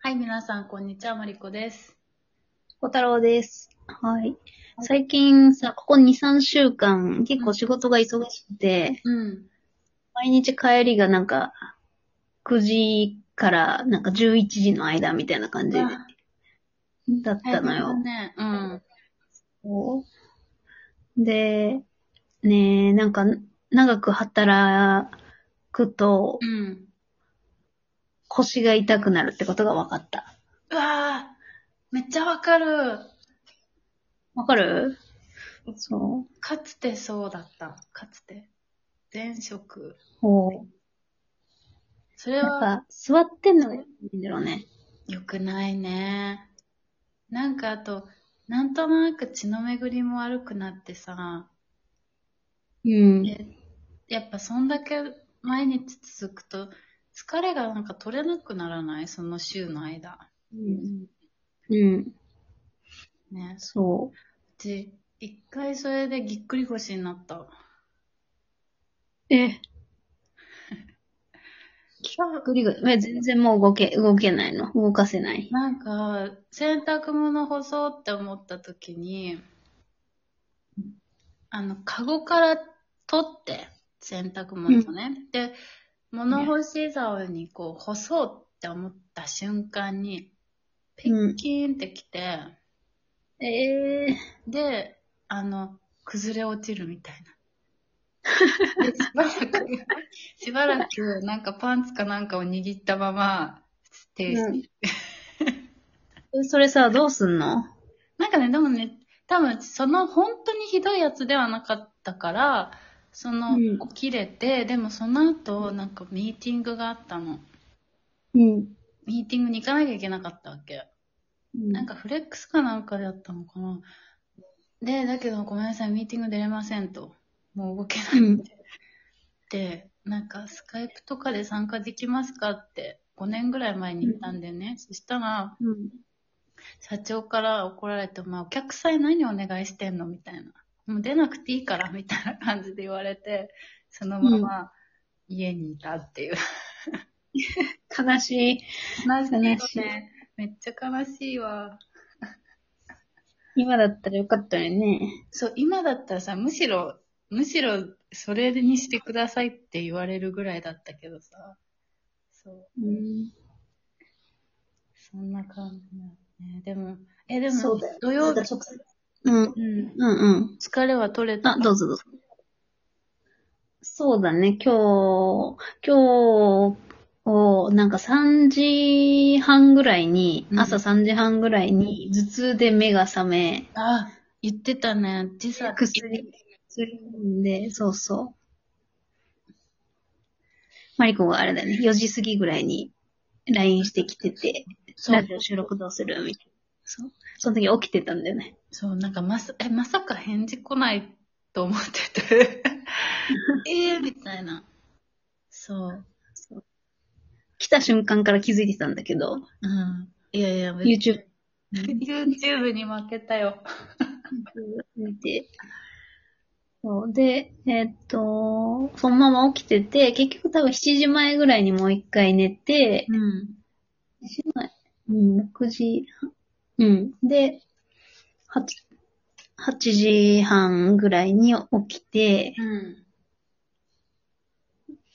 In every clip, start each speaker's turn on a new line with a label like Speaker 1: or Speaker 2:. Speaker 1: はい、皆さん、こんにちは、まりこです。
Speaker 2: 小太郎です。はい。最近さ、ここ2、3週間、結構仕事が忙しくて、
Speaker 1: うん。
Speaker 2: 毎日帰りがなんか、9時からなんか11時の間みたいな感じ
Speaker 1: あ
Speaker 2: だったのよ。
Speaker 1: ね。うん。
Speaker 2: そうで、ねえ、なんか、長く働くと
Speaker 1: うん。
Speaker 2: 腰が痛くなるってことが分かった。
Speaker 1: うわーめっちゃわかる。
Speaker 2: わかるそう。
Speaker 1: かつてそうだった。かつて。前職。
Speaker 2: こう
Speaker 1: それ
Speaker 2: な
Speaker 1: は、
Speaker 2: んか、座ってんのがいいんだろうね。
Speaker 1: 良くないね。なんか、あと、なんとなく血の巡りも悪くなってさ、
Speaker 2: うん。
Speaker 1: えやっぱそんだけ毎日続くと、疲れがなんか取れなくならないその週の間。
Speaker 2: うん。うん。
Speaker 1: ね。
Speaker 2: そう
Speaker 1: ち、一回それでぎっくり腰になった。
Speaker 2: う。え。ぐりぐり。え全然もう動け、動けないの。動かせない。
Speaker 1: なんか、洗濯物干そうって思った時に、あの、カゴから取って、洗濯物をね。で、物干し竿にこう、干そうって思った瞬間に、ペッキーンってきて、
Speaker 2: ええ
Speaker 1: で、あの、崩れ落ちるみたいな。でし ばらく、しばらく、なんかパンツかなんかを握ったまま、停止。
Speaker 2: うんそれさ、どうすんの
Speaker 1: なんかね、でもね、多分、その本当にひどいやつではなかったから、その、
Speaker 2: うん
Speaker 1: 起きれて、でもその後、なんかミーティングがあったの。
Speaker 2: うん。
Speaker 1: ミーティングに行かなきゃいけなかったわけ。
Speaker 2: な
Speaker 1: なん、かフレックスかなんかだったのかな。で、だけどごめんなさい、ミーティング出れませんと。もう動けな
Speaker 2: う
Speaker 1: いっ
Speaker 2: ん。
Speaker 1: て、なんかスカイプとかで参加できますかって、5年ぐらい前に言ったんだよね。そしたら、
Speaker 2: うん。
Speaker 1: 社長から怒られて、まあ、お客さんに何お願いしてんのみたいな。もう出なくていいから、みたいな感じで言われて、そのまま家にいたっていう。
Speaker 2: 悲しい。
Speaker 1: 悲しいよ
Speaker 2: 悲しい
Speaker 1: ね。めっちゃ悲しいわ。
Speaker 2: 今だったらよかったよね。
Speaker 1: そう、今だったらさ、むしろ、むしろ、それにしてくださいって言われるぐらいだったけどさ。そう、
Speaker 2: うん。
Speaker 1: そんな感じだね。でも、え、でも、
Speaker 2: そうだよ
Speaker 1: 土曜日、
Speaker 2: うん。
Speaker 1: うん、
Speaker 2: うんうん。
Speaker 1: 疲れは取れた。
Speaker 2: あ、どうぞどうぞ。そうだね、今日、今日を、なんか3時半ぐらいに、
Speaker 1: うん
Speaker 2: 朝3時半ぐらいに、頭痛で目が覚め、
Speaker 1: あ、言ってたね。時差。
Speaker 2: 薬、薬飲んで、そうそう。マリコがあれだね、4時過ぎぐらいに LINE してきてて、
Speaker 1: そう
Speaker 2: ラジオ収録どうするみたいな。そう。その時起きてたんだよね。
Speaker 1: そう、なんかまさ、え、まさか返事来ないと思ってて。 えー、みたいな。そう。
Speaker 2: 来た瞬間から気づいてたんだけど、
Speaker 1: うん。いやいや、別に
Speaker 2: YouTube
Speaker 1: YouTube に負けたよ。
Speaker 2: 見て。そうで、えーっと、そのまま起きてて、結局多分7時前ぐらいにもう一回寝て、
Speaker 1: うん。
Speaker 2: うん、6時半、うん。で、8、8時半ぐらいに起きて、
Speaker 1: うん。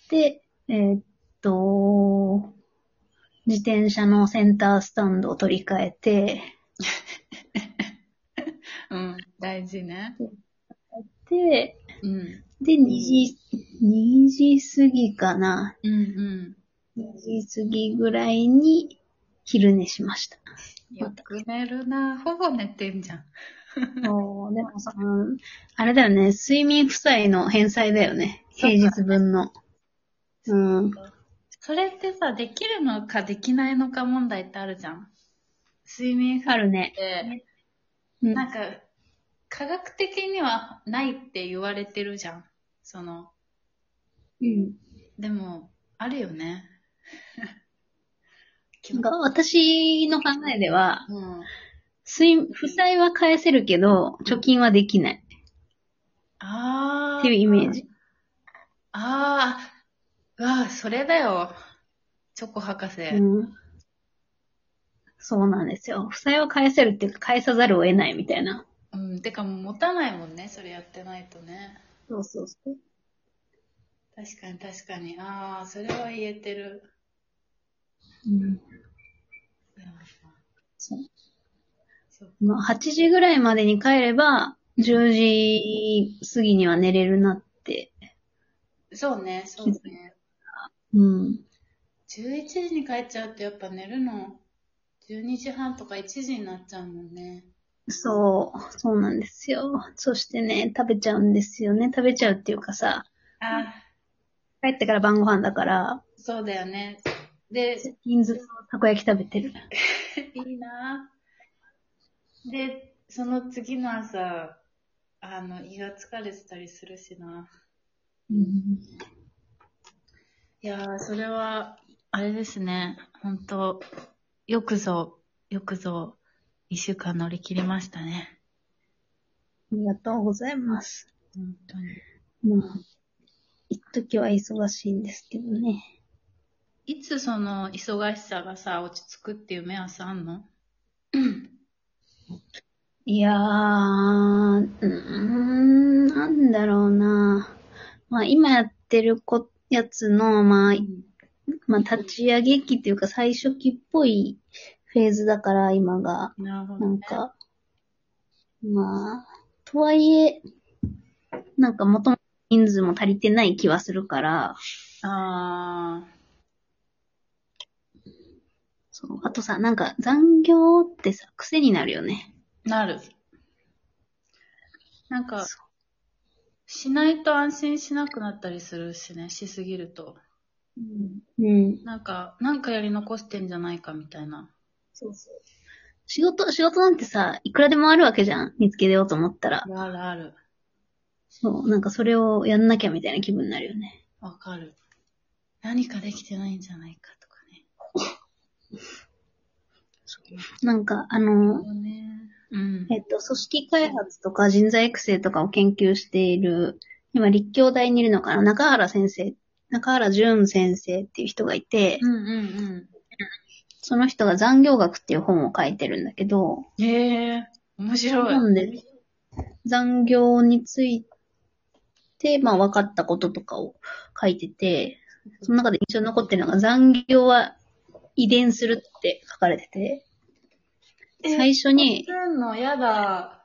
Speaker 2: で、えーっと、自転車のセンタースタンドを取り替えて、
Speaker 1: うん。大事ね。
Speaker 2: で、
Speaker 1: うん。
Speaker 2: で、2時、2時過ぎかな。
Speaker 1: うんうん。
Speaker 2: 2時過ぎぐらいに昼寝しました。
Speaker 1: よく寝るな。ほぼ寝てんじゃん。
Speaker 2: そう、でもさ、うんあれだよね、睡眠負債の返済だよね。平日分の。うん。
Speaker 1: それってさ、できるのかできないのか問題ってあるじゃん。睡眠
Speaker 2: あ
Speaker 1: 不
Speaker 2: るね。
Speaker 1: て、
Speaker 2: うん
Speaker 1: なんか、科学的にはないって言われてるじゃん。その、
Speaker 2: うん。
Speaker 1: でも、あるよね。 気
Speaker 2: な
Speaker 1: 持
Speaker 2: ん
Speaker 1: ち
Speaker 2: か私の考えでは、
Speaker 1: うん。
Speaker 2: 睡、負債は返せるけど、貯金はできない
Speaker 1: ああ。
Speaker 2: っていうイメー。ジ。
Speaker 1: ああ。うわあ、それだよ。チョコ博士。
Speaker 2: うん。そうなんですよ。負債は返せるっていうか、返さざるを得ないみたいな。
Speaker 1: うん、てかもう持たないもんね、それやってないとね。
Speaker 2: そうそうそう。
Speaker 1: 確かに確かに。ああ、それは言えてる。
Speaker 2: うん。そう
Speaker 1: そっか
Speaker 2: まあ、8時ぐらいまでに帰れば、10時過ぎには寝れるなって。
Speaker 1: そうね、そうね。
Speaker 2: うん。
Speaker 1: 11時に帰っちゃうとやっぱ寝るの、12時半とか1時になっちゃうもんね。
Speaker 2: そう、そうなんですよ。そしてね、食べちゃうんですよね。食べちゃうっていうかさ、
Speaker 1: ああ、
Speaker 2: 帰ってから晩ご飯だから、
Speaker 1: そうだよね。で、
Speaker 2: 銀座のたこ焼き食べてる。
Speaker 1: いいなぁで、その次の朝、あの、胃が疲れてたりするしな。
Speaker 2: うん。
Speaker 1: いやー、それは、あれですね。本当よくぞ、よくぞ、一週間乗り切りましたね。
Speaker 2: ありがとうございます。
Speaker 1: 本当に。
Speaker 2: まあ、一時は忙しいんですけどね。
Speaker 1: いつその忙しさがさ、落ち着くっていう目安あんの
Speaker 2: いやー、うーん、なんだろうな。まあ、今やってるこ、やつの、まあ、まあ、立ち上げ期っていうか最初期っぽいフェーズだから、今が。
Speaker 1: なるほ
Speaker 2: な
Speaker 1: ど、
Speaker 2: ん
Speaker 1: ね。
Speaker 2: か、まあ、とはいえ、なんか元の人数も足りてない気はするから、
Speaker 1: あ
Speaker 2: そう。あとさ、なんか残業ってさ、癖になるよね。
Speaker 1: ー、なる。なんか、しないと安心しなくなったりするしね、しすぎると。
Speaker 2: うん。うん。
Speaker 1: なんか、なんかやり残してんじゃないかみたいな。
Speaker 2: そうそう。仕事、仕事なんてさ、いくらでもあるわけじゃん。見つけ出ようと思ったら
Speaker 1: あ。るあるある。
Speaker 2: そう。なんかそれをやんなきゃみたいな気分になるよね。
Speaker 1: わかる。何かできてないんじゃないかとかね。
Speaker 2: なんか、あの、
Speaker 1: そうね。うん。
Speaker 2: えっと、組織開発とか人材育成とかを研究している、今立教大にいるのかな、中原先生、中原淳先生っていう人がいて、
Speaker 1: うんうん
Speaker 2: その人が残業学っていう本を書いてるんだけど、
Speaker 1: うん。へえ面白い。
Speaker 2: なんで残業について、まあ分かったこととかを書いてて、その中で印象に残ってるのが残業は遺伝するって書かれてて、最初に、
Speaker 1: 作んのやだ。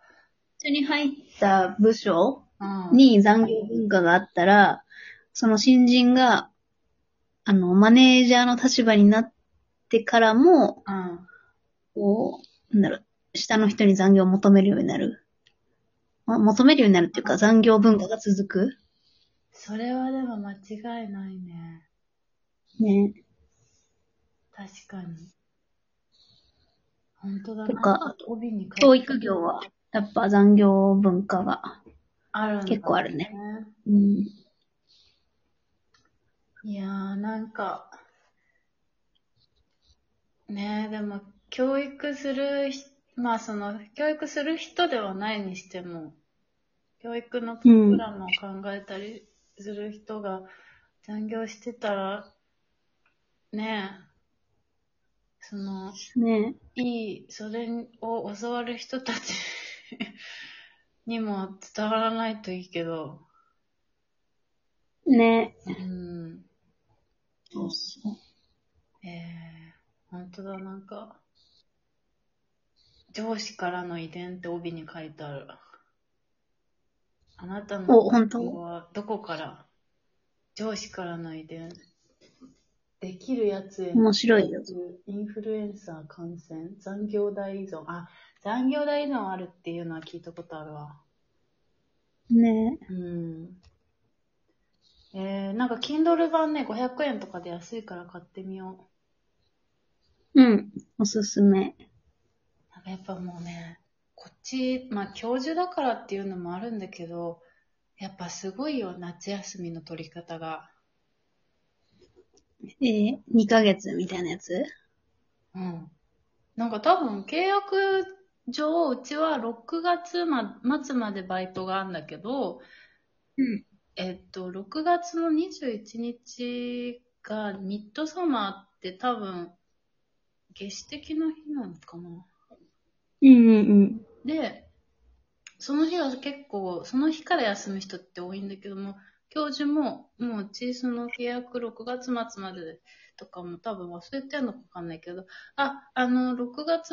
Speaker 2: 最初に入った部署
Speaker 1: うん。
Speaker 2: に残業文化があったら、その新人が、あの、マネージャーの立場になってからも、
Speaker 1: うん。
Speaker 2: こう、なんだろう、下の人に残業を求めるようになる。ま求めるようになるっていうか、残業文化が続く。
Speaker 1: それはでも間違いないね。
Speaker 2: ね。
Speaker 1: 確かに。本当だ
Speaker 2: とか
Speaker 1: な。帯に書いて
Speaker 2: 教育業は、やっぱ残業文化が。
Speaker 1: あるんだ
Speaker 2: 結構あるね。うん。
Speaker 1: いやー、なんか、ねえ、でも、教育するひ、まあその、教育する人ではないにしても、教育のプログラムを考えたりする人が残業してたら、ねえ、その、
Speaker 2: ね
Speaker 1: いい、それを教わる人たちにも伝わらないといいけど、
Speaker 2: ね
Speaker 1: うん。
Speaker 2: そうそう。
Speaker 1: ええ本当だ、なんか、上司からの遺伝って帯に書いてある。あなたの
Speaker 2: お本当
Speaker 1: はどこから上司からの遺伝。できるやつへの
Speaker 2: 面白いよ。
Speaker 1: インフルエンサー感染、残業代依存。あ、残業代依存あるっていうのは聞いたことあるわ。
Speaker 2: ね
Speaker 1: うん。えー、なんか Kindle 版ね、500円とかで安いから買ってみよう。
Speaker 2: うん。おすすめ。
Speaker 1: なんかやっぱもうね、こっち、まあ教授だからっていうのもあるんだけど、やっぱすごいよ、夏休みの取り方が。
Speaker 2: えー、2ヶ月みたいなやつ
Speaker 1: うん。なんか多分契約上、うちは6月ま末までバイトがあるんだけど、
Speaker 2: うん。
Speaker 1: えっと、6月の21日がミッドサマーって多分、夏至的な日なのかな。
Speaker 2: うんうん
Speaker 1: で、その日は結構、その日から休む人って多いんだけども、教授も、もううちその契約6月末までとかも多分忘れてんのかわかんないけど、あ、あの、6月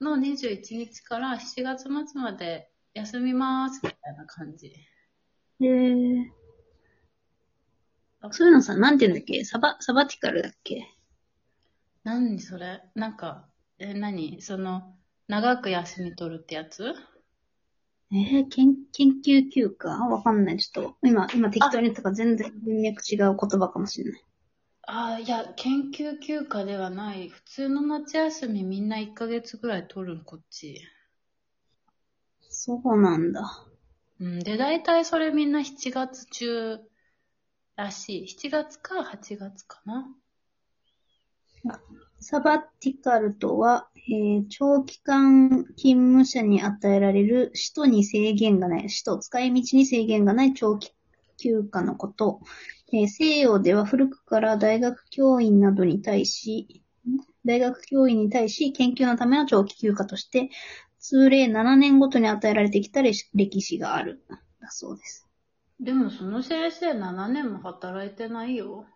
Speaker 1: の21日から7月末まで休みますみたいな感じ。
Speaker 2: うん。へえ。そういうのさ、なんて言うんだっけサバ、サバティカルだっけ
Speaker 1: 何それなんか、え、何その、長く休み取るってやつ
Speaker 2: えー、研研究休暇わかんない。ちょっと、今、今適当に言ったから全然文脈違う言葉かもしれない。
Speaker 1: ああ、いや、研究休暇ではない。普通の夏休みみんな1ヶ月ぐらい取るの、こっち。
Speaker 2: そうなんだ。
Speaker 1: うん、で、大体それみんな7月中らしい。7月か8月かな。
Speaker 2: サバティカルとは、えー長期間勤務者に与えられる使途に制限がない、使途、使い道に制限がない長期休暇のこと。えー西洋では古くから大学教員などに対し、ん大学教員に対し研究のための長期休暇として、通例7年ごとに与えられてきた歴歴史がある。だそうです。
Speaker 1: でもその先生7年も働いてない よ。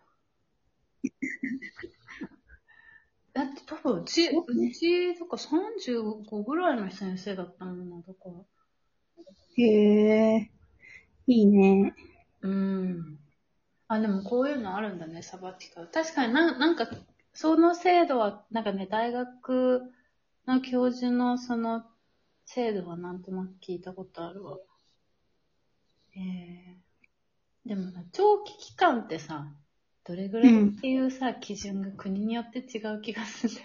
Speaker 1: だって多分うち、
Speaker 2: そうね
Speaker 1: うち、とか35ぐらいの先生だったもんな、だから。
Speaker 2: へえ、いいね。
Speaker 1: うん。あ、でもこういうのあるんだね、サバティカル。確かにな、なんか、その制度は、なんかね、大学の教授のその制度はなんとなく聞いたことあるわ。えー、でもな、長期期間ってさ、どれぐらいっていうさ、基準が国によって違う気がするんだよ